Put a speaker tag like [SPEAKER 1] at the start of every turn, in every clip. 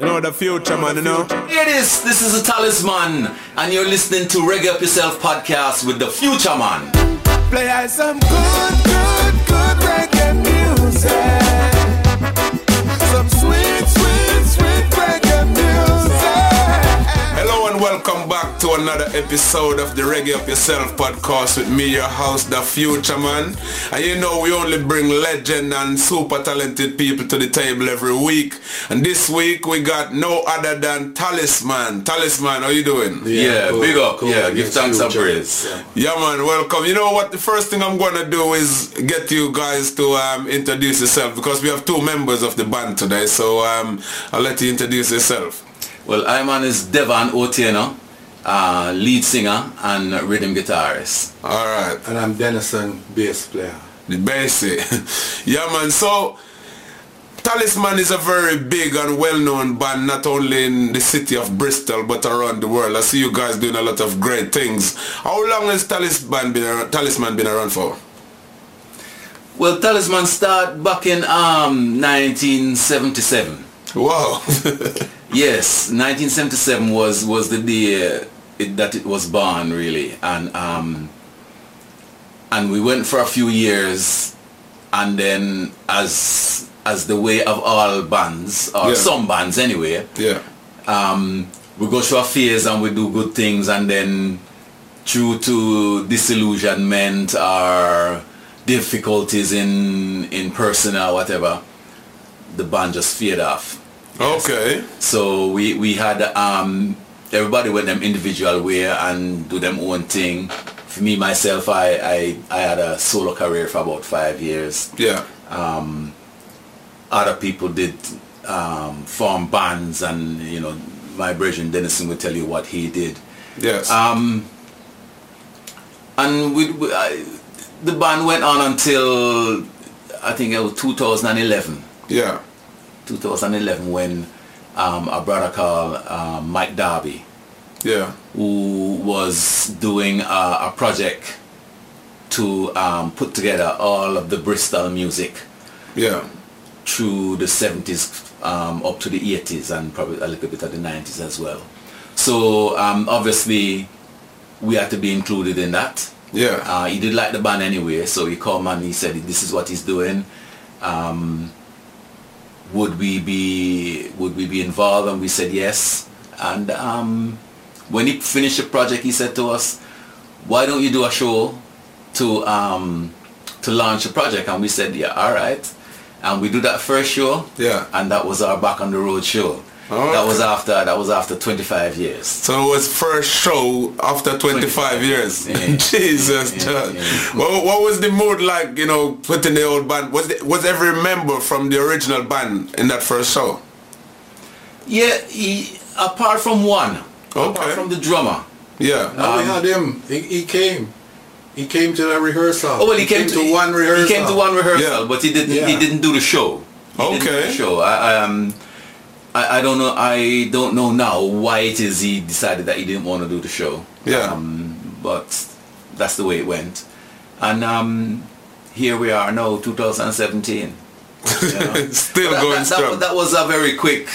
[SPEAKER 1] You know the future, man, you know?
[SPEAKER 2] Here it is. This is a talisman, and you're listening to Reg Up Yourself podcast with the Future Man.
[SPEAKER 1] Play us some good, good, good reggae music. Some sweet, sweet, sweet reggae music. Hello and welcome back to another episode of the Reggae Up Yourself podcast with me, your host, The Future Man. And you know we only bring legend and super talented people to the table every week. And this week we got no other than Talisman. Talisman, how you doing?
[SPEAKER 2] Yeah, big up. yeah, give thanks and praise.
[SPEAKER 1] Yeah man, welcome. You know what? The first thing I'm gonna do is get you guys to um, introduce yourself because we have two members of the band today. So um, I'll let you introduce yourself.
[SPEAKER 2] Well, I man is Devon Otieno, uh, lead singer and rhythm guitarist.
[SPEAKER 1] All right,
[SPEAKER 3] And I'm Denison, bass player.
[SPEAKER 1] the basic. yeah man. So Talisman is a very big and well-known band, not only in the city of Bristol but around the world. I see you guys doing a lot of great things. How long has Talisman been around, Talisman been around for?
[SPEAKER 2] Well, Talisman start back in um, 1977.
[SPEAKER 1] Wow.
[SPEAKER 2] Yes, 1977 was was the day it, that it was born, really, and um, and we went for a few years, and then as as the way of all bands or
[SPEAKER 1] Yeah.
[SPEAKER 2] some bands anyway,
[SPEAKER 1] yeah.
[SPEAKER 2] um, we go through a phase and we do good things, and then due to disillusionment or difficulties in in person or whatever, the band just fade off.
[SPEAKER 1] Okay.
[SPEAKER 2] So we, we had um, everybody went them individual way and do them own thing. For me myself, I, I, I had a solo career for about five years.
[SPEAKER 1] Yeah.
[SPEAKER 2] Other people did um, form bands and you know my Brethren Dennison will tell you what he did.
[SPEAKER 1] Yes.
[SPEAKER 2] Um, And we, we I, the band went on until I think it was 2011.
[SPEAKER 1] yeah.
[SPEAKER 2] 2011 when um, a brother called uh, Mike Darby
[SPEAKER 1] Yeah.
[SPEAKER 2] who was doing uh, a, a project to um, put together all of the Bristol music
[SPEAKER 1] Yeah.
[SPEAKER 2] through the 70s um, up to the 80s and probably a little bit of the 90s as well. So um, obviously we had to be included in that.
[SPEAKER 1] Yeah.
[SPEAKER 2] Uh, he did like the band anyway, so he called me and he said this is what he's doing. Um, would we be would we be involved? And we said yes. And um, when he finished the project, he said to us, "Why don't you do a show to um, to launch the project?" And we said, "Yeah, all right." And we do that first show.
[SPEAKER 1] Yeah.
[SPEAKER 2] And that was our back on the road show.
[SPEAKER 1] Oh.
[SPEAKER 2] That was after that was after 25 years.
[SPEAKER 1] So it was first show after 25 years.
[SPEAKER 2] Yeah.
[SPEAKER 1] Jesus,
[SPEAKER 2] Yeah,
[SPEAKER 1] John.
[SPEAKER 2] yeah.
[SPEAKER 1] What, what was the mood like, you know, putting the old band? Was, the, was every member from the original band in that first show?
[SPEAKER 2] Yeah, he, apart from one, apart
[SPEAKER 1] Okay.
[SPEAKER 2] from the drummer.
[SPEAKER 1] Yeah. Um,
[SPEAKER 3] Now we had him. He, he came. He came to the rehearsal.
[SPEAKER 2] Oh well, he, came, to,
[SPEAKER 3] one rehearsal.
[SPEAKER 2] He came to one rehearsal,
[SPEAKER 1] Yeah.
[SPEAKER 2] but he didn't. He
[SPEAKER 3] Yeah.
[SPEAKER 2] didn't do the show. He didn't do
[SPEAKER 1] Okay.
[SPEAKER 2] the show. I, I, um, I, I don't know. I don't know now why it is he decided that he didn't want to do the show. Um,
[SPEAKER 1] Yeah.
[SPEAKER 2] But that's the way it went, and um, here we are now, 2017. you know.
[SPEAKER 1] Still
[SPEAKER 2] that,
[SPEAKER 1] going
[SPEAKER 2] that, that-
[SPEAKER 1] strong.
[SPEAKER 2] that was a very quick,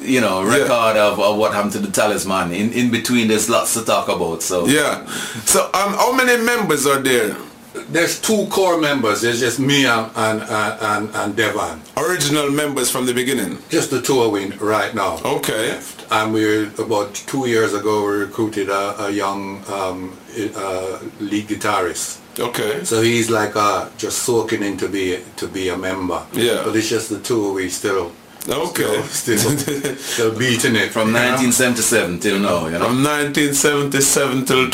[SPEAKER 2] you know, record of, of what happened to the talisman. In in between, there's lots to talk about. So
[SPEAKER 1] yeah. So um, how many members are there
[SPEAKER 3] There's two core members. There's just me and and, and, and- and Devon.
[SPEAKER 1] Original members from the beginning.
[SPEAKER 3] Just the two of we right now.
[SPEAKER 1] Okay.
[SPEAKER 3] And we about two years ago we recruited a, a young um, i- uh, lead guitarist.
[SPEAKER 1] Okay.
[SPEAKER 3] So he's like uh, just soaking in to be to be a member.
[SPEAKER 1] Yeah.
[SPEAKER 3] But it's just the two of we still.
[SPEAKER 1] Okay.
[SPEAKER 3] Still, still, still beating it
[SPEAKER 2] From
[SPEAKER 3] you know?
[SPEAKER 2] 1977 till now, you know.
[SPEAKER 1] From 1977 till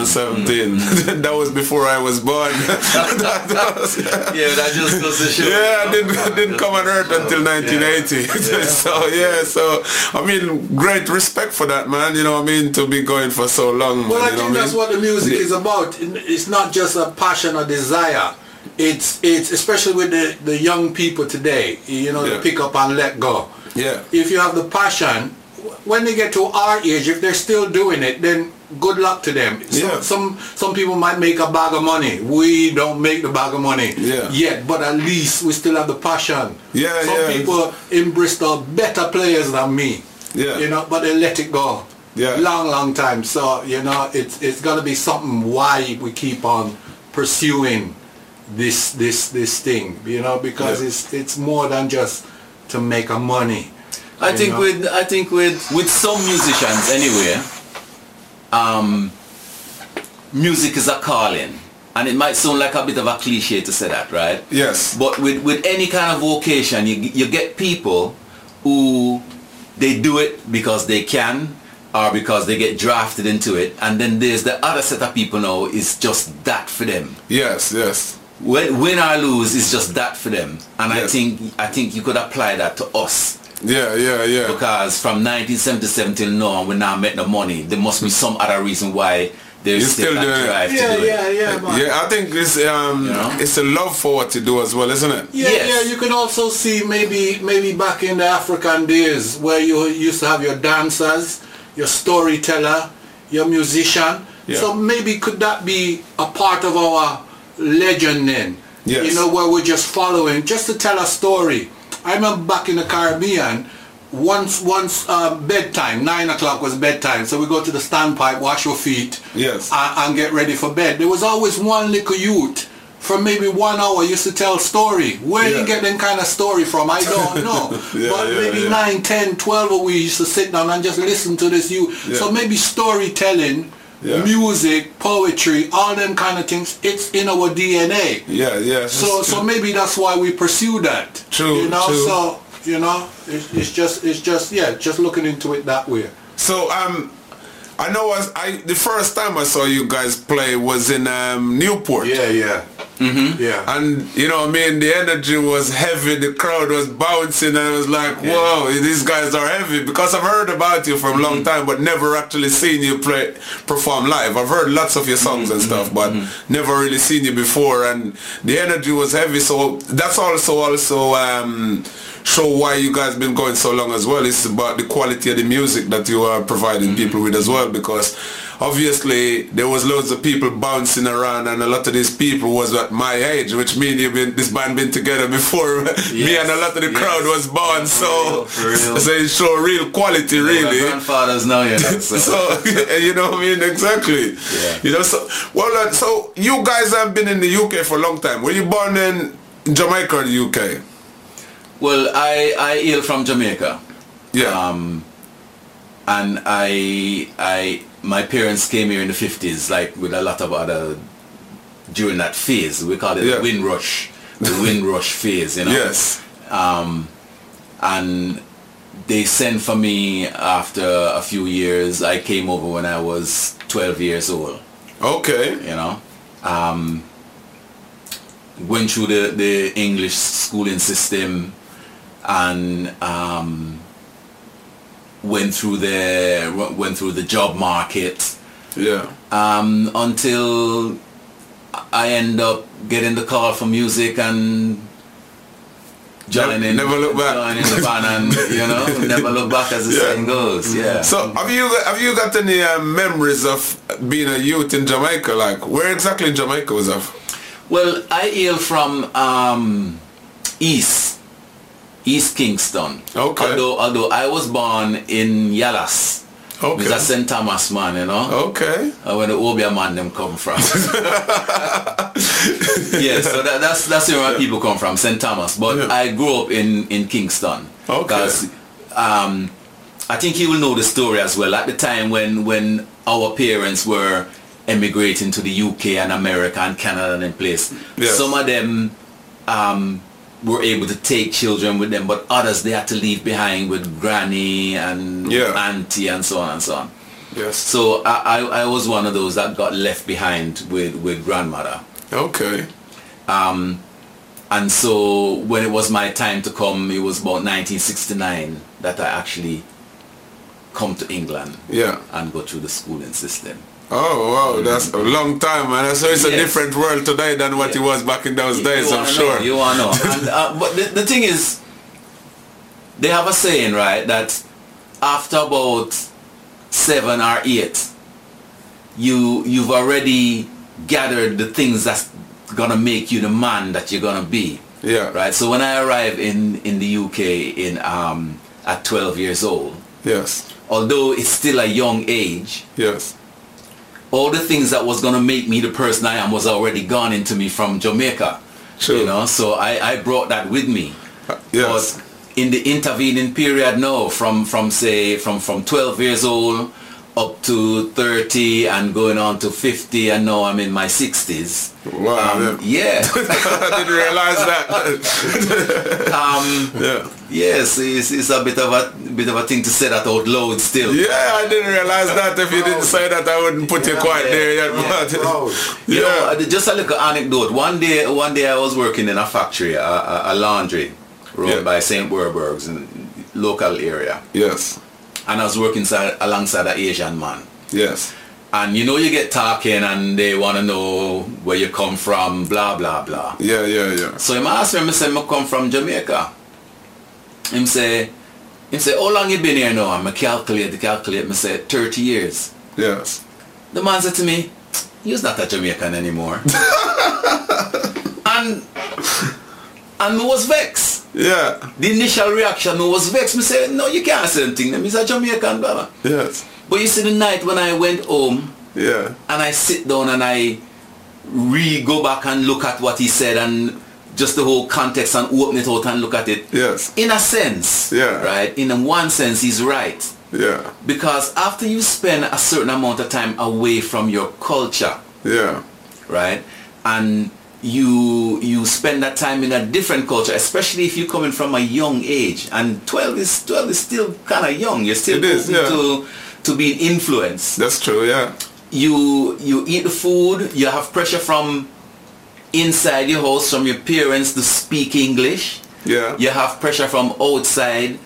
[SPEAKER 1] 2017.
[SPEAKER 3] Mm.
[SPEAKER 1] that was before I was born. That was-
[SPEAKER 2] Yeah, that just goes to show.
[SPEAKER 1] yeah, I didn't, I didn't come on earth until 1980. so yeah, so I mean, great respect for that man. You know, what I mean, to be going for so long.
[SPEAKER 3] Well,
[SPEAKER 1] man,
[SPEAKER 3] I
[SPEAKER 1] you know
[SPEAKER 3] think
[SPEAKER 1] I
[SPEAKER 3] that's
[SPEAKER 1] mean?
[SPEAKER 3] what the music is about. It's not just a passion or desire. It's it's especially with the, the young people today. You know,
[SPEAKER 1] Yeah.
[SPEAKER 3] they pick up and let go.
[SPEAKER 1] Yeah.
[SPEAKER 3] If you have the passion, w- when they get to our age, if they're still doing it, then good luck to them. Some,
[SPEAKER 1] Yeah.
[SPEAKER 3] some some people might make a bag of money. We don't make the bag of money
[SPEAKER 1] Yeah.
[SPEAKER 3] yet, but at least we still have the passion.
[SPEAKER 1] Yeah,
[SPEAKER 3] some
[SPEAKER 1] yeah.
[SPEAKER 3] people in Bristol better players than me.
[SPEAKER 1] Yeah.
[SPEAKER 3] You know, but they let it go
[SPEAKER 1] Yeah.
[SPEAKER 3] long, long time. So you know, it's it's gonna be something why we keep on pursuing this this this thing. You know, because
[SPEAKER 1] Yeah.
[SPEAKER 3] it's it's more than just to make a money.
[SPEAKER 2] I
[SPEAKER 3] You
[SPEAKER 2] think
[SPEAKER 3] know?
[SPEAKER 2] with I think with with some musicians anyway, um, music is a calling, and it might sound like a bit of a cliche to say that, right?
[SPEAKER 1] Yes.
[SPEAKER 2] But with with any kind of vocation, you you get people who they do it because they can or because they get drafted into it, and then there's the other set of people now is just that for them
[SPEAKER 1] Yes, yes,
[SPEAKER 2] win, win or lose is just that for them and i
[SPEAKER 1] Yes.
[SPEAKER 2] think i think you could apply that to us
[SPEAKER 1] yeah, yeah, yeah.
[SPEAKER 2] because from 1977 till now we now make no money there must be some other reason why
[SPEAKER 1] You're
[SPEAKER 2] there's still,
[SPEAKER 1] still
[SPEAKER 2] that
[SPEAKER 1] doing it.
[SPEAKER 2] drive
[SPEAKER 3] Yeah,
[SPEAKER 2] to do
[SPEAKER 3] yeah,
[SPEAKER 2] it
[SPEAKER 3] yeah, man.
[SPEAKER 1] Yeah, I think it's um,
[SPEAKER 2] know?
[SPEAKER 1] it's a love for what you do as well, isn't it?
[SPEAKER 3] Yeah,
[SPEAKER 2] Yes.
[SPEAKER 3] yeah, you can also see maybe maybe back in the African days where you used to have your dancers, your storyteller, your musician.
[SPEAKER 1] Yeah.
[SPEAKER 3] So maybe could that be a part of our legend then?
[SPEAKER 1] Yes.
[SPEAKER 3] You know, where we're just following, just to tell a story. I remember back in the Caribbean, once once uh, bedtime, nine o'clock was bedtime, so we go to the standpipe, wash your feet,
[SPEAKER 1] Yes.
[SPEAKER 3] and, and get ready for bed. There was always one little youth for maybe one hour used to tell story. Where
[SPEAKER 1] Yeah.
[SPEAKER 3] you get them kind of story from, I don't know.
[SPEAKER 1] Yeah,
[SPEAKER 3] but
[SPEAKER 1] yeah,
[SPEAKER 3] maybe
[SPEAKER 1] yeah.
[SPEAKER 3] nine, ten, twelve 9, 10, 12 of we used to sit down and just listen to this youth.
[SPEAKER 1] Yeah.
[SPEAKER 3] So maybe storytelling,
[SPEAKER 1] Yeah.
[SPEAKER 3] music, poetry, all them kind of things, it's in our DNA.
[SPEAKER 1] Yeah, yeah.
[SPEAKER 3] So, so maybe that's why we pursue that.
[SPEAKER 1] True,
[SPEAKER 3] You know,
[SPEAKER 1] true.
[SPEAKER 3] so, you know, it's, it's just, it's just, yeah, just looking into it that way.
[SPEAKER 1] So um, I know I, I the first time I saw you guys play was in um, Newport.
[SPEAKER 3] yeah. Mm-hmm. Yeah.
[SPEAKER 1] And you know, what I mean, the energy was heavy. The crowd was bouncing, and I was like, "Whoa, these guys are heavy." Because I've heard about you from a long time, but never actually seen you play perform live. I've heard lots of your songs and stuff, but never really seen you before. And the energy was heavy. So that's also also um, show why you guys been going so long as well. It's about the quality of the music that you are providing people with as well, because obviously there was loads of people bouncing around and a lot of these people was at my age which mean you've been this band been together before me
[SPEAKER 2] Yes,
[SPEAKER 1] and a lot of the
[SPEAKER 2] yes.
[SPEAKER 1] crowd was born so
[SPEAKER 2] real, for real.
[SPEAKER 1] so it show real quality
[SPEAKER 2] We're
[SPEAKER 1] really
[SPEAKER 2] grandfathers now you know so,
[SPEAKER 1] so you know what I mean exactly
[SPEAKER 2] Yeah.
[SPEAKER 1] you know so well uh, so you guys have been in the UK for a long time were you born in Jamaica or the UK
[SPEAKER 2] well i i hail from jamaica
[SPEAKER 1] yeah
[SPEAKER 2] um and i i my parents came here in the 50s like with a lot of other during that phase we call it
[SPEAKER 1] Yeah.
[SPEAKER 2] the windrush the windrush phase you know
[SPEAKER 1] yes
[SPEAKER 2] and they sent for me after a few years. I came over when I was 12 years old,
[SPEAKER 1] okay
[SPEAKER 2] you know. Um, went through the, the English schooling system and um, went through the went through the job market
[SPEAKER 1] yeah
[SPEAKER 2] um, until I end up getting the call for music and joining
[SPEAKER 1] Never look back.
[SPEAKER 2] joining the band and you know never look back as the
[SPEAKER 1] Yeah.
[SPEAKER 2] saying goes yeah
[SPEAKER 1] So have you have you got any uh, memories of being a youth in Jamaica? Like where exactly in Jamaica was that?
[SPEAKER 2] well I hail from um, East East Kingston
[SPEAKER 1] Okay.
[SPEAKER 2] although although I was born in Yalas Okay. It's
[SPEAKER 1] Okay.
[SPEAKER 2] a St. Thomas man, you know.
[SPEAKER 1] Okay.
[SPEAKER 2] Uh, where the Obia man them come from. yeah, so that, that's that's where my people come from, St. Thomas. But
[SPEAKER 1] Yeah.
[SPEAKER 2] I grew up in, in Kingston.
[SPEAKER 1] Okay.
[SPEAKER 2] 'Cause, um, I think you will know the story as well. At the time when, when our parents were emigrating to the UK and America and Canada and them place,
[SPEAKER 1] Yes.
[SPEAKER 2] some of them um, were able to take children with them, but others they had to leave behind with granny and
[SPEAKER 1] Yeah.
[SPEAKER 2] auntie and so on and so on.
[SPEAKER 1] Yes.
[SPEAKER 2] So I, I, I was one of those that got left behind with, with grandmother.
[SPEAKER 1] Okay.
[SPEAKER 2] And so when it was my time to come, it was about 1969 that I actually come to England
[SPEAKER 1] Yeah.
[SPEAKER 2] and go through the schooling system.
[SPEAKER 1] Oh wow, that's a long time, man. So it's a
[SPEAKER 2] Mm-hmm. Yes.
[SPEAKER 1] different world today than what it was back in those days. I'm
[SPEAKER 2] wanna
[SPEAKER 1] sure.
[SPEAKER 2] Know, you wanna know. And, uh, but the, the thing is, they have a saying, right, that after about seven or eight, you you've already gathered the things that's gonna make you the man that you're gonna be.
[SPEAKER 1] Yeah.
[SPEAKER 2] Right. So when I arrived in in the UK in um at 12 years old,
[SPEAKER 1] Yes.
[SPEAKER 2] although it's still a young age,
[SPEAKER 1] Yes.
[SPEAKER 2] all the things that was gonna make me the person I am was already gone into me from Jamaica.
[SPEAKER 1] True.
[SPEAKER 2] You know, so I, I brought that with me.
[SPEAKER 1] Uh, Yes.
[SPEAKER 2] But in the intervening period, no, from from say from from 12 years old up to 30 and going on to 50, and now I'm in my 60s.
[SPEAKER 1] Wow. yeah.
[SPEAKER 2] Yeah,
[SPEAKER 1] I didn't realize that. um, yeah.
[SPEAKER 2] yes, it's, it's a bit of a bit of a thing to say that out loud still.
[SPEAKER 1] Yeah, I didn't realize that. If you didn't say that, I wouldn't put you quite there yet. But
[SPEAKER 2] You know,
[SPEAKER 1] yeah.
[SPEAKER 2] uh, just a little anecdote. One day, one day I was working in a factory, a, a, a laundry, run
[SPEAKER 1] Yeah.
[SPEAKER 2] by St. Werburgh's in local area,
[SPEAKER 1] Yes.
[SPEAKER 2] and I was working side, alongside an Asian man.
[SPEAKER 1] Yes.
[SPEAKER 2] And you know you get talking and they want to know where you come from, blah, blah, blah.
[SPEAKER 1] Yeah. Yeah. Yeah.
[SPEAKER 2] So him ask me, I say, I come from Jamaica. Him say, him say, how long you been here now? I'm calculate, calculate. I say, 30 years.
[SPEAKER 1] Yes.
[SPEAKER 2] The man said to me, you're not a Jamaican anymore. and and me was vexed.
[SPEAKER 1] Yeah.
[SPEAKER 2] The initial reaction me was vexed. Me say, no, you can't say anything. He's a Jamaican, blah, blah.
[SPEAKER 1] Yes.
[SPEAKER 2] But you see, the night when I went home,
[SPEAKER 1] Yeah.
[SPEAKER 2] and I sit down and I re go back and look at what he said and just the whole context and open it out and look at it.
[SPEAKER 1] Yes.
[SPEAKER 2] In a sense,
[SPEAKER 1] Yeah.
[SPEAKER 2] right? In one sense, he's right.
[SPEAKER 1] Yeah.
[SPEAKER 2] Because after you spend a certain amount of time away from your culture,
[SPEAKER 1] Yeah.
[SPEAKER 2] right? And you you spend that time in a different culture, especially if you're coming from a young age. And 12 is 12 is still kind of young. You're still
[SPEAKER 1] It is,
[SPEAKER 2] open
[SPEAKER 1] yeah.
[SPEAKER 2] to to being influenced
[SPEAKER 1] That's true. Yeah.
[SPEAKER 2] you you eat the food you have pressure from inside your house from your parents to speak english
[SPEAKER 1] Yeah.
[SPEAKER 2] you have pressure from outside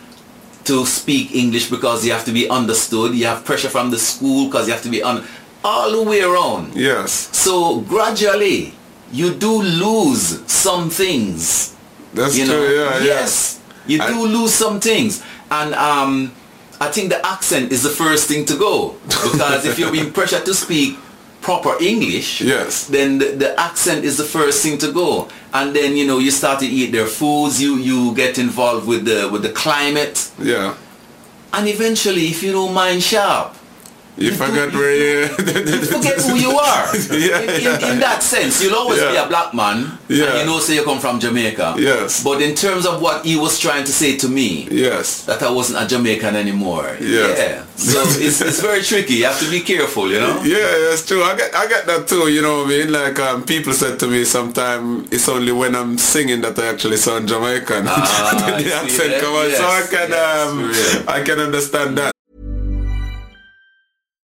[SPEAKER 2] to speak english because you have to be understood you have pressure from the school because you have to be on all the way around
[SPEAKER 1] Yes.
[SPEAKER 2] so gradually you do lose some things
[SPEAKER 1] That's
[SPEAKER 2] you know
[SPEAKER 1] true. Yeah. yeah.
[SPEAKER 2] yes you do lose some things and um i think the accent is the first thing to go because if you're being pressured to speak proper english
[SPEAKER 1] Yes.
[SPEAKER 2] then the, the accent is the first thing to go and then you know you start to eat their foods you you get involved with the with the climate
[SPEAKER 1] Yeah.
[SPEAKER 2] and eventually if you don't mind sharp
[SPEAKER 1] You forgot where you.
[SPEAKER 2] you forget who you are
[SPEAKER 1] Yeah,
[SPEAKER 2] in, in, in that sense you'll always be
[SPEAKER 1] Yeah.
[SPEAKER 2] a black man and
[SPEAKER 1] Yeah.
[SPEAKER 2] you know say you come from jamaica
[SPEAKER 1] Yes.
[SPEAKER 2] but in terms of what he was trying to say to me
[SPEAKER 1] yes.
[SPEAKER 2] that I wasn't a Jamaican anymore.
[SPEAKER 1] Yes.
[SPEAKER 2] Yeah. So it's, it's very tricky. You have to be careful, you know?
[SPEAKER 1] Yeah, that's true. I get I get that too. You know what I mean? Like um, people said to me sometime it's only when I'm singing that I actually sound Jamaican.
[SPEAKER 2] Ah, I see
[SPEAKER 1] the accent
[SPEAKER 2] that.
[SPEAKER 1] come out. so I
[SPEAKER 2] Yes,
[SPEAKER 1] can
[SPEAKER 2] yes,
[SPEAKER 1] um,
[SPEAKER 2] yeah.
[SPEAKER 1] I can understand that.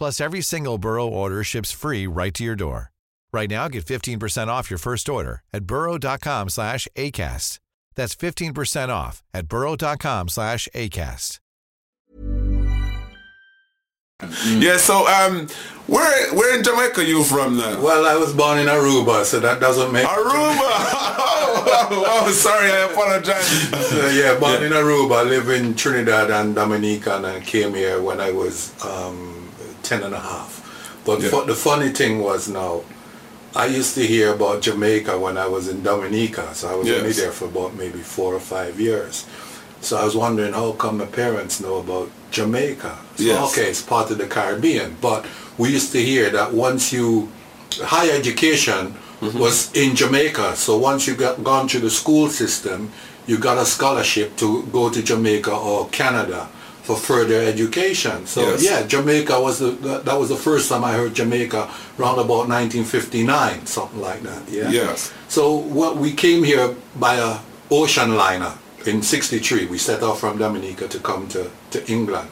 [SPEAKER 4] Plus, every single Burrow order ships free right to your door. Right now, get 15% off your first order at burrow.com slash ACAST. That's 15% off at burrow.com slash ACAST.
[SPEAKER 2] Mm.
[SPEAKER 1] Yeah, so um, where where in Jamaica you from now?
[SPEAKER 3] Well, I was born in Aruba, so that doesn't make.
[SPEAKER 1] Aruba. oh, oh, oh, sorry, I apologize.
[SPEAKER 3] Uh, yeah, born in Aruba. I live in Trinidad and Dominican and came here when I was um, 10 and a half. But
[SPEAKER 1] Yeah.
[SPEAKER 3] fu- the funny thing was now, I used to hear about Jamaica when I was in Dominica. So I was only
[SPEAKER 1] Yes.
[SPEAKER 3] there for about maybe four or five years. So I was wondering how come my parents know about Jamaica. So,
[SPEAKER 1] Yes.
[SPEAKER 3] okay, it's part of the Caribbean. But we used to hear that once you, higher education
[SPEAKER 1] Mm-hmm.
[SPEAKER 3] was in Jamaica. So once you got gone through the school system, you got a scholarship to go to Jamaica or Canada for further education. So
[SPEAKER 1] Yes.
[SPEAKER 3] yeah, Jamaica was the, that that was the first time I heard Jamaica round about 1959, something like that. Yeah.
[SPEAKER 1] Yes.
[SPEAKER 3] So what we came here by a ocean liner in '63. We set off from Dominica to come to, to England.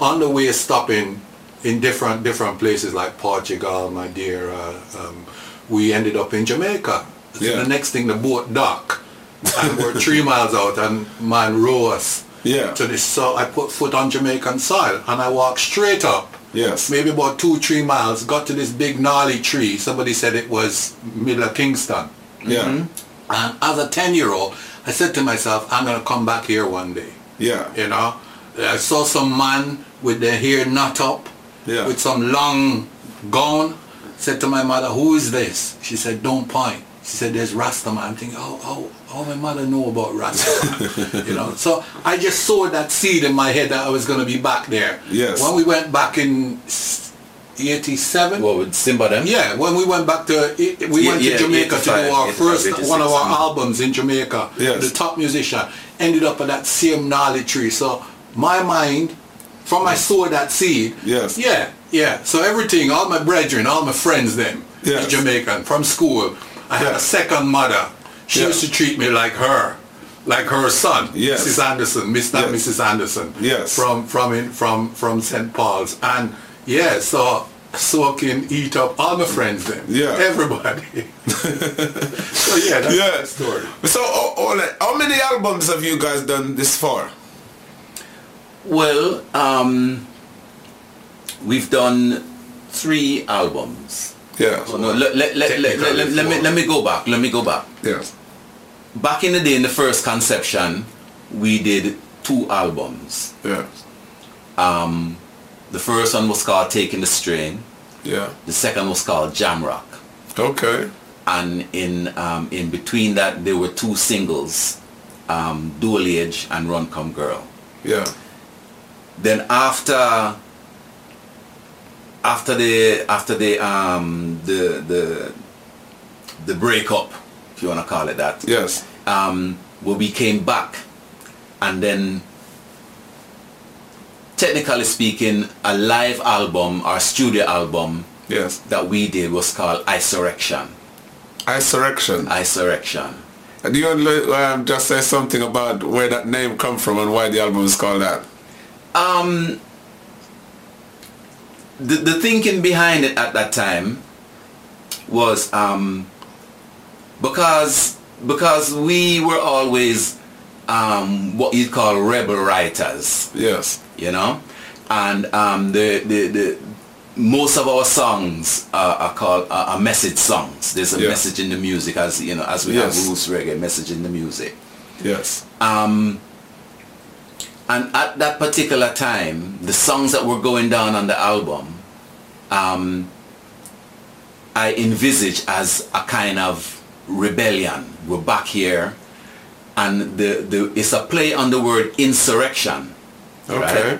[SPEAKER 3] On the way, stopping in different different places like Portugal, Madeira. Um, we ended up in Jamaica.
[SPEAKER 1] Yeah.
[SPEAKER 3] The next thing, the boat dock, and we're three miles out, and man row us
[SPEAKER 1] Yeah.
[SPEAKER 3] to this. So I put foot on Jamaican soil, and I walked straight up
[SPEAKER 1] Yes.
[SPEAKER 3] maybe about two, three miles, got to this big gnarly tree. Somebody said it was middle of Kingston.
[SPEAKER 1] Yeah.
[SPEAKER 2] Mm-hmm.
[SPEAKER 3] And Uh, as a 10-year-old, I said to myself, I'm going to come back here one day.
[SPEAKER 1] Yeah.
[SPEAKER 3] You know, I saw some man with their hair not up,
[SPEAKER 1] Yeah.
[SPEAKER 3] with some long gown. Said to my mother, who is this? She said, don't point. She said, there's Rasta man. I'm thinking, oh, oh, oh, my mother know about Rasta man. you know, so I just saw that seed in my head that I was going to be back there.
[SPEAKER 1] Yes.
[SPEAKER 3] When we went back in s- 87,
[SPEAKER 2] Well, with Simba them?
[SPEAKER 3] yeah, when we went back to i- we
[SPEAKER 2] Yeah,
[SPEAKER 3] went
[SPEAKER 2] yeah,
[SPEAKER 3] to Jamaica to do
[SPEAKER 2] 85,
[SPEAKER 3] our
[SPEAKER 2] 85,
[SPEAKER 3] first
[SPEAKER 2] 86,
[SPEAKER 3] one of our
[SPEAKER 2] yeah.
[SPEAKER 3] albums in Jamaica.
[SPEAKER 1] Yes.
[SPEAKER 3] The top musician ended up at that same gnarly tree. So my mind, from I saw that seed.
[SPEAKER 1] Yes.
[SPEAKER 3] Yeah, yeah. So everything, all my brethren, all my friends, them,
[SPEAKER 1] Yes.
[SPEAKER 3] is Jamaican from school. I had
[SPEAKER 1] Yes.
[SPEAKER 3] a second mother. She
[SPEAKER 1] Yeah.
[SPEAKER 3] used to treat me like her, like her son,
[SPEAKER 1] Yes.
[SPEAKER 3] Mrs. Anderson, Mr. and
[SPEAKER 1] Yes.
[SPEAKER 3] Mrs. Anderson.
[SPEAKER 1] Yes.
[SPEAKER 3] From from from in, from from St. Paul's, and yeah, so so I can eat up all my friends then.
[SPEAKER 1] Yeah.
[SPEAKER 3] everybody. so yeah, that's
[SPEAKER 1] Yeah.
[SPEAKER 3] the story.
[SPEAKER 1] So, oh, oh, like, how many albums have you guys done this far?
[SPEAKER 2] Well, um, we've done three albums.
[SPEAKER 1] Yeah.
[SPEAKER 2] Oh, no, let, let, let, let, let, let, let me, let me go back. Let me go back.
[SPEAKER 1] Yes.
[SPEAKER 2] Back in the day, in the first conception, we did two albums.
[SPEAKER 1] Yeah.
[SPEAKER 2] The first one was called Taking the Strain.
[SPEAKER 1] Yeah.
[SPEAKER 2] The second was called Jam Rock.
[SPEAKER 1] Okay.
[SPEAKER 2] And in, um, in between that, there were two singles, um, Dual Age and Run Come Girl.
[SPEAKER 1] Yeah.
[SPEAKER 2] then after after the after the um the the the breakup if you want to call it that
[SPEAKER 1] Yes.
[SPEAKER 2] um well we came back and then technically speaking a live album our studio album
[SPEAKER 1] Yes.
[SPEAKER 2] that we did was called Isurrection
[SPEAKER 1] Insurrection.
[SPEAKER 2] Isurrection
[SPEAKER 1] Do you want to um, just say something about where that name come from and why the album is called that?
[SPEAKER 2] the, the thinking behind it at that time was um, because because we were always um, what you'd call rebel writers,
[SPEAKER 1] Yes.
[SPEAKER 2] you know, and um, the, the the most of our songs are, are called are, are message songs. There's a
[SPEAKER 1] Yeah.
[SPEAKER 2] message in the music, as you know, as we
[SPEAKER 1] Yes.
[SPEAKER 2] have roots reggae, message in the music.
[SPEAKER 1] Yes.
[SPEAKER 2] And at that particular time, the songs that were going down on the album, um, I envisage as a kind of rebellion. We're back here, and the, the it's a play on the word insurrection.
[SPEAKER 1] Okay.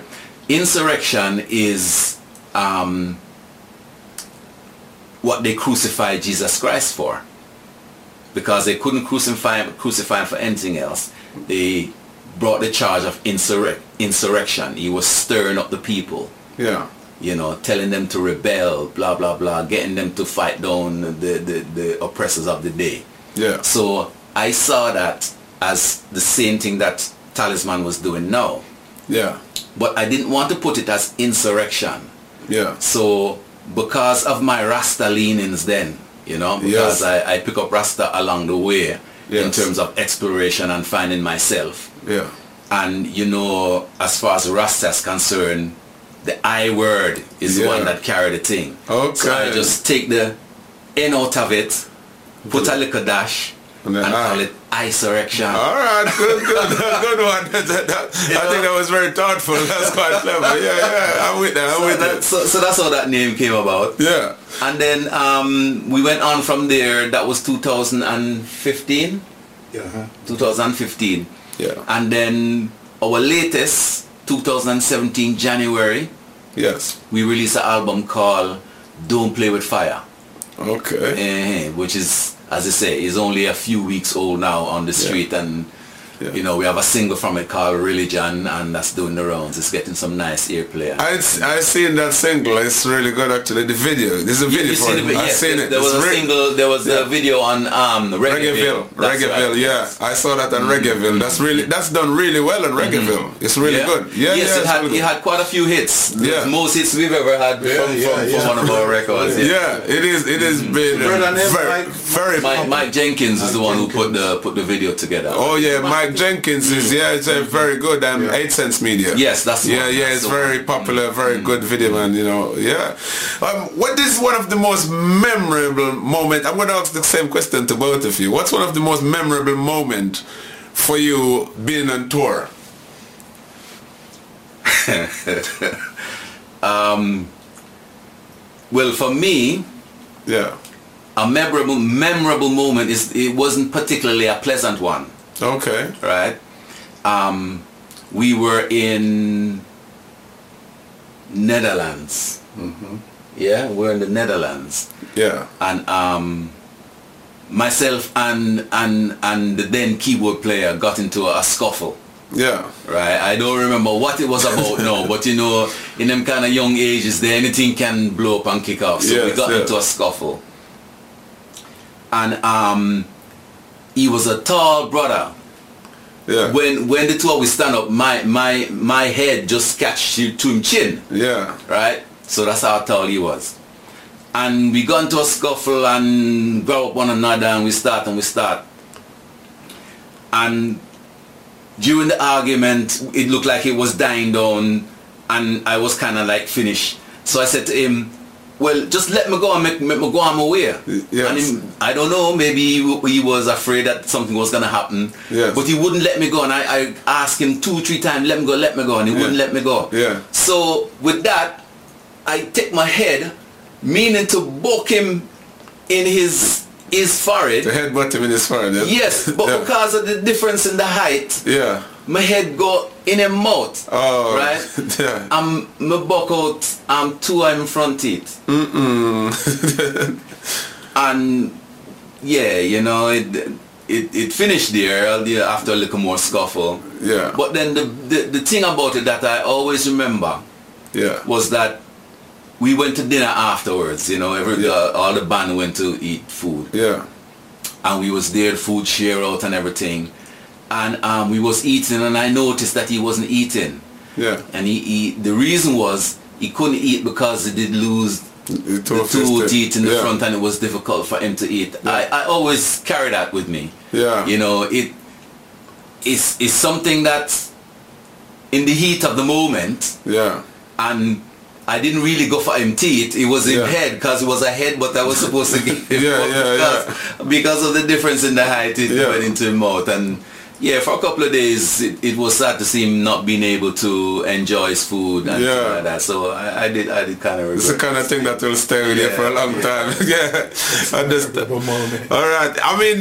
[SPEAKER 2] Insurrection is um, what they crucified Jesus Christ for, because they couldn't crucify him, crucify him for anything else. They brought the charge of insurrec- insurrection. He was stirring up the people,
[SPEAKER 1] Yeah.
[SPEAKER 2] you know, telling them to rebel, blah blah blah, getting them to fight down the, the, the oppressors of the day.
[SPEAKER 1] Yeah.
[SPEAKER 2] So I saw that as the same thing that Talisman was doing now
[SPEAKER 1] Yeah.
[SPEAKER 2] but I didn't want to put it as insurrection.
[SPEAKER 1] Yeah.
[SPEAKER 2] So because of my Rasta leanings then, you know,
[SPEAKER 1] Yes.
[SPEAKER 2] because I, I pick up Rasta along the way in
[SPEAKER 1] Yes.
[SPEAKER 2] terms of exploration and finding myself.
[SPEAKER 1] Yeah.
[SPEAKER 2] And you know, as far as Rasta is concerned, the I word is the
[SPEAKER 1] Yeah.
[SPEAKER 2] one that carry the thing. So I
[SPEAKER 1] Okay.
[SPEAKER 2] just take the N out of it, put a little dash,
[SPEAKER 1] And
[SPEAKER 2] and,
[SPEAKER 1] then ah. I. Ah,
[SPEAKER 2] call it insurrection.
[SPEAKER 1] All right, good, good, good one. That- that- that- I think that was very thoughtful. That's quite clever. Yeah, yeah. I'm with that. I'm
[SPEAKER 2] So,
[SPEAKER 1] with
[SPEAKER 2] that,
[SPEAKER 1] that.
[SPEAKER 2] so, so that's how that name came about.
[SPEAKER 1] Yeah.
[SPEAKER 2] And then um, we went on from there. That was 2015.
[SPEAKER 3] Yeah.
[SPEAKER 2] 2015.
[SPEAKER 1] Yeah.
[SPEAKER 2] And then our latest, 2017 January,
[SPEAKER 1] Yes.
[SPEAKER 2] we released an album called Don't Play With Fire,
[SPEAKER 1] Okay.
[SPEAKER 2] eh, which is, as I say, is only a few weeks old now on the street. And,
[SPEAKER 1] Yeah.
[SPEAKER 2] you know, we have a single from it called Religion, and that's doing the rounds. It's getting some nice earplay.
[SPEAKER 1] I I seen that single. It's really good actually. The video. There's a video
[SPEAKER 2] You
[SPEAKER 1] for
[SPEAKER 2] seen
[SPEAKER 1] it.
[SPEAKER 2] the-
[SPEAKER 1] I
[SPEAKER 2] yes,
[SPEAKER 1] seen
[SPEAKER 2] yes,
[SPEAKER 1] it.
[SPEAKER 2] There was
[SPEAKER 1] It's
[SPEAKER 2] a
[SPEAKER 1] re-
[SPEAKER 2] single, there was
[SPEAKER 1] Yeah.
[SPEAKER 2] a video on um,
[SPEAKER 1] Reggaeville,
[SPEAKER 2] Reggaeville. That's
[SPEAKER 1] Reggaeville,
[SPEAKER 2] right, Mm.
[SPEAKER 1] yeah.
[SPEAKER 2] yes.
[SPEAKER 1] I saw that on Reggaeville. That's really that's done really well on Reggaeville. It's really good. Yeah,
[SPEAKER 2] Mm-hmm. yes,
[SPEAKER 1] yeah,
[SPEAKER 2] it
[SPEAKER 1] it's
[SPEAKER 2] had
[SPEAKER 1] really
[SPEAKER 2] it
[SPEAKER 1] good.
[SPEAKER 2] had quite a few hits.
[SPEAKER 1] Yeah.
[SPEAKER 2] Most hits we've ever had
[SPEAKER 3] Yeah,
[SPEAKER 2] from,
[SPEAKER 3] yeah,
[SPEAKER 2] from,
[SPEAKER 3] yeah.
[SPEAKER 2] from one of our records. Yeah.
[SPEAKER 1] yeah, it is. It is
[SPEAKER 2] Mm-hmm.
[SPEAKER 1] been
[SPEAKER 3] Brother, name
[SPEAKER 1] very,
[SPEAKER 3] Mike-
[SPEAKER 1] very.
[SPEAKER 2] Mike, Mike Jenkins is the one who put
[SPEAKER 3] Jenkins.
[SPEAKER 2] the put the video together.
[SPEAKER 1] Oh yeah, Mike Jenkins is yeah, it's uh, very good. And Eight Sense Media.
[SPEAKER 2] Yes, that's the
[SPEAKER 1] yeah,
[SPEAKER 2] one,
[SPEAKER 1] yeah.
[SPEAKER 2] that's
[SPEAKER 1] It's
[SPEAKER 2] the one. Mm.
[SPEAKER 1] very popular, very good video, man. You know, yeah. Um, what is one of the most memorable moment? I'm going to ask the same question to both of you. What's one of the most memorable moment for you being on tour?
[SPEAKER 2] Well, for me,
[SPEAKER 1] Yeah.
[SPEAKER 2] a memorable memorable moment is it wasn't particularly a pleasant one,
[SPEAKER 1] Okay.
[SPEAKER 2] right? Um, we were in Netherlands.
[SPEAKER 1] Mm-hmm.
[SPEAKER 2] Yeah, we're in the Netherlands.
[SPEAKER 1] Yeah.
[SPEAKER 2] and um, myself and and and the then keyboard player got into a, scuffle.
[SPEAKER 1] Yeah.
[SPEAKER 2] Right, I don't remember what it was about now, but you know, in them kind of young ages, there anything can blow up and kick off. So we
[SPEAKER 1] Yes,
[SPEAKER 2] got
[SPEAKER 1] yes.
[SPEAKER 2] into a scuffle, and um, he was a tall brother.
[SPEAKER 1] Yeah.
[SPEAKER 2] When when the two of us stand up, my my my head just catch to to him chin
[SPEAKER 1] yeah.
[SPEAKER 2] right? So that's how tall he was. And we got into a scuffle and grab up one another and we start and we start. And during the argument, it looked like it was dying down and I was kind of like finished. So I said to him, well, just let me go and make, make me go on my way.
[SPEAKER 1] yes.
[SPEAKER 2] And him, I don't know, maybe he, w- he was afraid that something was going to happen.
[SPEAKER 1] Yes.
[SPEAKER 2] But he wouldn't let me go. And I, I asked him two, three times, let me go, let me go. And he wouldn't
[SPEAKER 1] Yeah.
[SPEAKER 2] let me go.
[SPEAKER 1] Yeah.
[SPEAKER 2] So with that, I take my head, meaning to book him in his his
[SPEAKER 1] The
[SPEAKER 2] forehead.
[SPEAKER 1] head button in his forehead. Yeah.
[SPEAKER 2] Yes, but
[SPEAKER 1] yeah.
[SPEAKER 2] because of the difference in the height,
[SPEAKER 1] Yeah.
[SPEAKER 2] my head go in a mouth.
[SPEAKER 1] Oh.
[SPEAKER 2] Right?
[SPEAKER 1] Yeah.
[SPEAKER 2] I'm my buck out um two I'm front teeth. Mm-mm. and yeah, you know, it it, it finished there uh, yeah, after a little more scuffle.
[SPEAKER 1] Yeah.
[SPEAKER 2] But then the, the, the thing about it that I always remember
[SPEAKER 1] yeah.
[SPEAKER 2] was that we went to dinner afterwards, you know, every,
[SPEAKER 1] Yeah.
[SPEAKER 2] uh, all the band went to eat food
[SPEAKER 1] yeah.
[SPEAKER 2] and we was there, food share out and everything. And um, we was eating and I noticed that he wasn't eating.
[SPEAKER 1] Yeah.
[SPEAKER 2] And he, he the reason was he couldn't eat because he did lose
[SPEAKER 1] The two,
[SPEAKER 2] the
[SPEAKER 1] of his
[SPEAKER 2] two
[SPEAKER 1] teeth.
[SPEAKER 2] teeth in the
[SPEAKER 1] yeah.
[SPEAKER 2] front and it was difficult for him to eat. I, I always carry that with me.
[SPEAKER 1] Yeah.
[SPEAKER 2] You know, it is is something that in the heat of the moment
[SPEAKER 1] Yeah.
[SPEAKER 2] and I didn't really go for him teeth. It was him
[SPEAKER 1] Yeah.
[SPEAKER 2] head because it was a head, but I was supposed to give him
[SPEAKER 1] Yeah, yeah,
[SPEAKER 2] because, because of the difference in the height, it
[SPEAKER 1] Yeah.
[SPEAKER 2] went into him mouth. And yeah, for a couple of days, it, it was sad to see him not being able to enjoy his food and
[SPEAKER 1] Yeah.
[SPEAKER 2] stuff like that. So I, I did, I did kind of
[SPEAKER 1] It's the
[SPEAKER 2] regret.
[SPEAKER 1] kind of thing that will stay with you for a long time. yeah, understand.
[SPEAKER 3] memorable moment.
[SPEAKER 1] All right. I mean,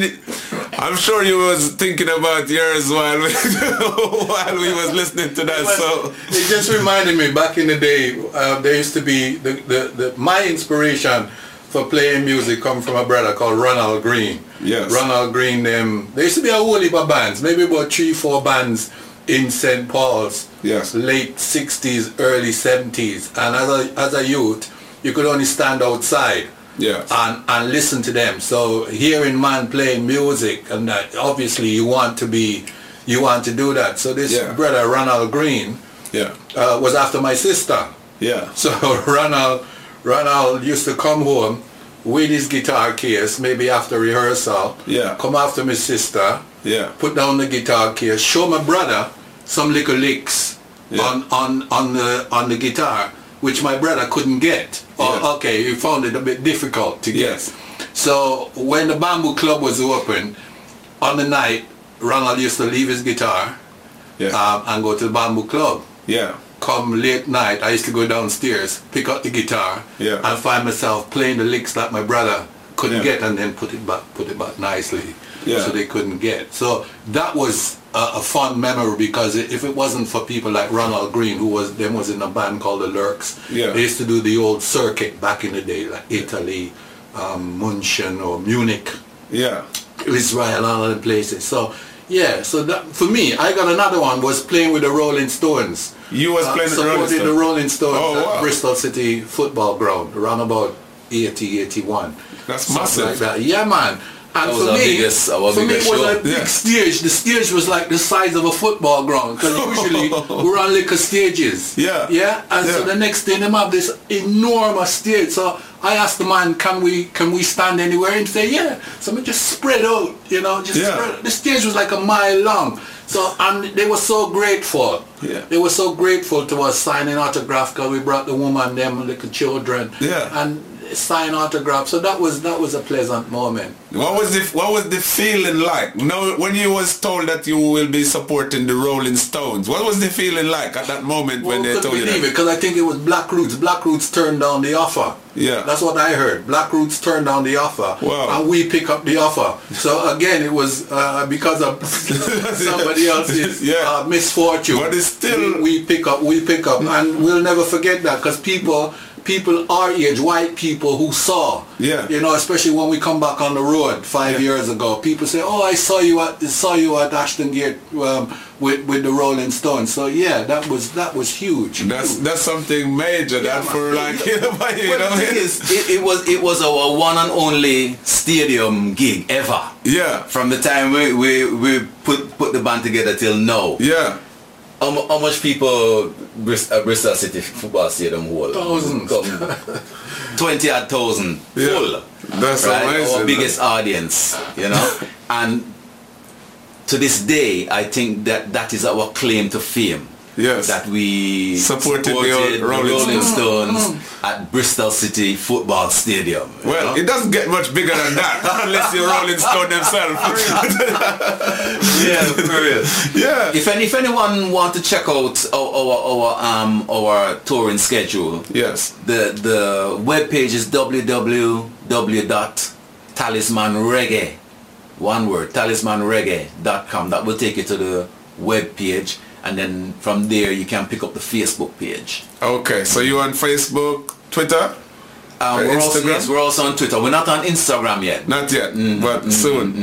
[SPEAKER 1] I'm sure you was thinking about yours while we, while we was listening to that. So
[SPEAKER 3] it just reminded me back in the day uh, there used to be the, the, the my inspiration for playing music come from a brother called Ronald Green.
[SPEAKER 1] Yes.
[SPEAKER 3] Ronald Green. Um, there used to be a whole heap of bands, maybe about three, four bands in St. Paul's.
[SPEAKER 1] Yes.
[SPEAKER 3] Late '60s, early '70s, and as a as a youth, you could only stand outside
[SPEAKER 1] yeah,
[SPEAKER 3] and, and listen to them. So hearing man playing music, and that, obviously you want to be, you want to do that. So this
[SPEAKER 1] Yeah.
[SPEAKER 3] brother Ronald Green
[SPEAKER 1] Yeah.
[SPEAKER 3] uh, was after my sister.
[SPEAKER 1] Yeah.
[SPEAKER 3] So Ronald, Ronald used to come home with his guitar case, maybe after rehearsal.
[SPEAKER 1] Yeah.
[SPEAKER 3] Come after my sister.
[SPEAKER 1] Yeah.
[SPEAKER 3] Put down the guitar case. Show my brother some little licks
[SPEAKER 1] Yeah.
[SPEAKER 3] on, on on the on the guitar, which my brother couldn't get. Or,
[SPEAKER 1] Yeah.
[SPEAKER 3] Okay, he found it a bit difficult to get.
[SPEAKER 1] Yes.
[SPEAKER 3] So when the Bamboo Club was open, on the night Ronald used to leave his guitar
[SPEAKER 1] Yeah.
[SPEAKER 3] um, and go to the Bamboo Club
[SPEAKER 1] yeah.
[SPEAKER 3] come late night, I used to go downstairs, pick up the guitar,
[SPEAKER 1] Yeah.
[SPEAKER 3] and find myself playing the licks that my brother couldn't
[SPEAKER 1] Yeah.
[SPEAKER 3] get, and then put it back, put it back nicely,
[SPEAKER 1] Yeah.
[SPEAKER 3] so they couldn't get. So that was a, a fun memory because i- if it wasn't for people like Ronald Green, who was then was in a band called the Lurks,
[SPEAKER 1] Yeah.
[SPEAKER 3] they used to do the old circuit back in the day, like Italy, um, Munchen or Munich.
[SPEAKER 1] Yeah.
[SPEAKER 3] Israel and other places. So yeah, so that for me, I got another one was playing with the Rolling Stones.
[SPEAKER 1] You was playing with the Rolling
[SPEAKER 3] supported
[SPEAKER 1] Stones?
[SPEAKER 3] the Rolling Stones
[SPEAKER 1] Oh,
[SPEAKER 3] at
[SPEAKER 1] wow.
[SPEAKER 3] Bristol City Football Ground around about 80, 81.
[SPEAKER 1] That's
[SPEAKER 3] Something
[SPEAKER 1] massive.
[SPEAKER 3] Like that. Yeah, man. And
[SPEAKER 2] That was
[SPEAKER 3] for
[SPEAKER 2] our
[SPEAKER 3] me,
[SPEAKER 2] biggest- our
[SPEAKER 3] for me,
[SPEAKER 2] biggest
[SPEAKER 3] it was
[SPEAKER 2] show.
[SPEAKER 3] a big
[SPEAKER 1] Yeah.
[SPEAKER 3] stage. The stage was like the size of a football ground because usually we're on little stages.
[SPEAKER 1] Yeah.
[SPEAKER 3] Yeah. And so
[SPEAKER 1] Yeah.
[SPEAKER 3] the next thing, they have this enormous stage. So I asked the man, "Can we can we stand anywhere?" And he said, "Yeah." So we just spread out, you know, just
[SPEAKER 1] Yeah.
[SPEAKER 3] spread. The stage was like a mile long. So and they were so grateful.
[SPEAKER 1] Yeah.
[SPEAKER 3] They were so grateful to us signing autograph because we brought the woman, them little children.
[SPEAKER 1] Yeah.
[SPEAKER 3] And sign autograph. So that was that was a pleasant moment.
[SPEAKER 1] What was the What was the feeling like? No, when you was told that you will be supporting the Rolling Stones, what was the feeling like at that moment when
[SPEAKER 3] Well,
[SPEAKER 1] they
[SPEAKER 3] couldn't
[SPEAKER 1] told you
[SPEAKER 3] believe it
[SPEAKER 1] that?
[SPEAKER 3] because I think it was Black Roots. Black Roots turned down the offer.
[SPEAKER 1] Yeah.
[SPEAKER 3] that's what I heard. Black Roots turned down the offer,
[SPEAKER 1] Wow.
[SPEAKER 3] and we pick up the offer. So again, it was uh, because of somebody else's
[SPEAKER 1] Yeah.
[SPEAKER 3] uh, misfortune.
[SPEAKER 1] But it's still-
[SPEAKER 3] we, we pick up, we pick up, and we'll never forget that because people. People our age, white people who saw,
[SPEAKER 1] Yeah.
[SPEAKER 3] you know, especially when we come back on the road five years ago, people say, "Oh, I saw you at saw you at Ashton Gate um, with with the Rolling Stones." So yeah, that was that was huge.
[SPEAKER 1] That's that's something major. that for like you know, you know
[SPEAKER 2] Well, the thing is, it, it was it was our one and only stadium gig ever.
[SPEAKER 1] Yeah.
[SPEAKER 2] From the time we we, we put put the band together till now.
[SPEAKER 1] yeah,
[SPEAKER 2] How, mu- how much people Brist- uh, Bristol City Football Stadium hold?
[SPEAKER 3] Thousands.
[SPEAKER 2] Come. Twenty odd thousand.
[SPEAKER 1] Yeah.
[SPEAKER 2] Full.
[SPEAKER 1] That's
[SPEAKER 2] right?
[SPEAKER 1] amazing,
[SPEAKER 2] Our
[SPEAKER 1] man.
[SPEAKER 2] biggest audience, you know. and to this day, I think that that is our claim to fame.
[SPEAKER 1] Yes.
[SPEAKER 2] That we
[SPEAKER 1] Supported the old
[SPEAKER 2] the
[SPEAKER 1] Rolling
[SPEAKER 2] Rolling, Stones at Bristol City Football Stadium. you
[SPEAKER 1] well,
[SPEAKER 2] know?
[SPEAKER 1] it doesn't get much bigger than that unless you're Rolling Stone themselves.
[SPEAKER 2] yeah, for real.
[SPEAKER 1] yeah,
[SPEAKER 2] If any, if anyone want to check out our our, our um our touring schedule,
[SPEAKER 1] yes,
[SPEAKER 2] the the webpage is www.talismanreggae one word talismanreggae.com that will take you to the web page and then from there you can pick up the facebook page
[SPEAKER 1] okay. So you on Facebook, Twitter?
[SPEAKER 2] um,
[SPEAKER 1] Uh,
[SPEAKER 2] we're, also,
[SPEAKER 1] Instagram?
[SPEAKER 2] yes, we're also on twitter we're not on instagram yet
[SPEAKER 1] Not yet, but soon.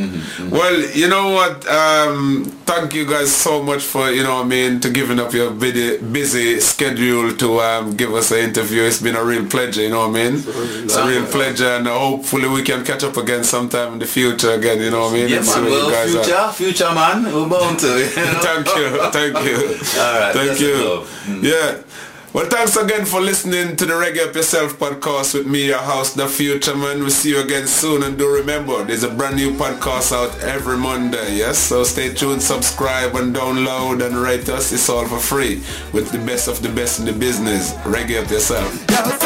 [SPEAKER 1] Well, you know what? Um, thank you guys so much for you know what I mean to giving up your busy, busy schedule to um, give us an interview. It's been a real pleasure, you know what I mean. It's a real pleasure, and hopefully we can catch up again sometime in the future again. You know what I mean?
[SPEAKER 2] yeah
[SPEAKER 1] and see
[SPEAKER 2] man
[SPEAKER 1] where you guys
[SPEAKER 2] well
[SPEAKER 1] are.
[SPEAKER 2] future future man we're bound to you know?
[SPEAKER 1] thank you, thank you,
[SPEAKER 2] All right,
[SPEAKER 1] thank
[SPEAKER 2] that's
[SPEAKER 1] you.
[SPEAKER 2] love. Hmm.
[SPEAKER 1] Yeah. Well, thanks again for listening to the Reggae Up Yourself podcast with me, your host, The Future Man. We'll see you again soon. And do remember, there's a brand new podcast out every Monday, yes? So stay tuned, subscribe and download and rate us. It's all for free with the best of the best in the business. Reggae Up Yourself.
[SPEAKER 5] Yes,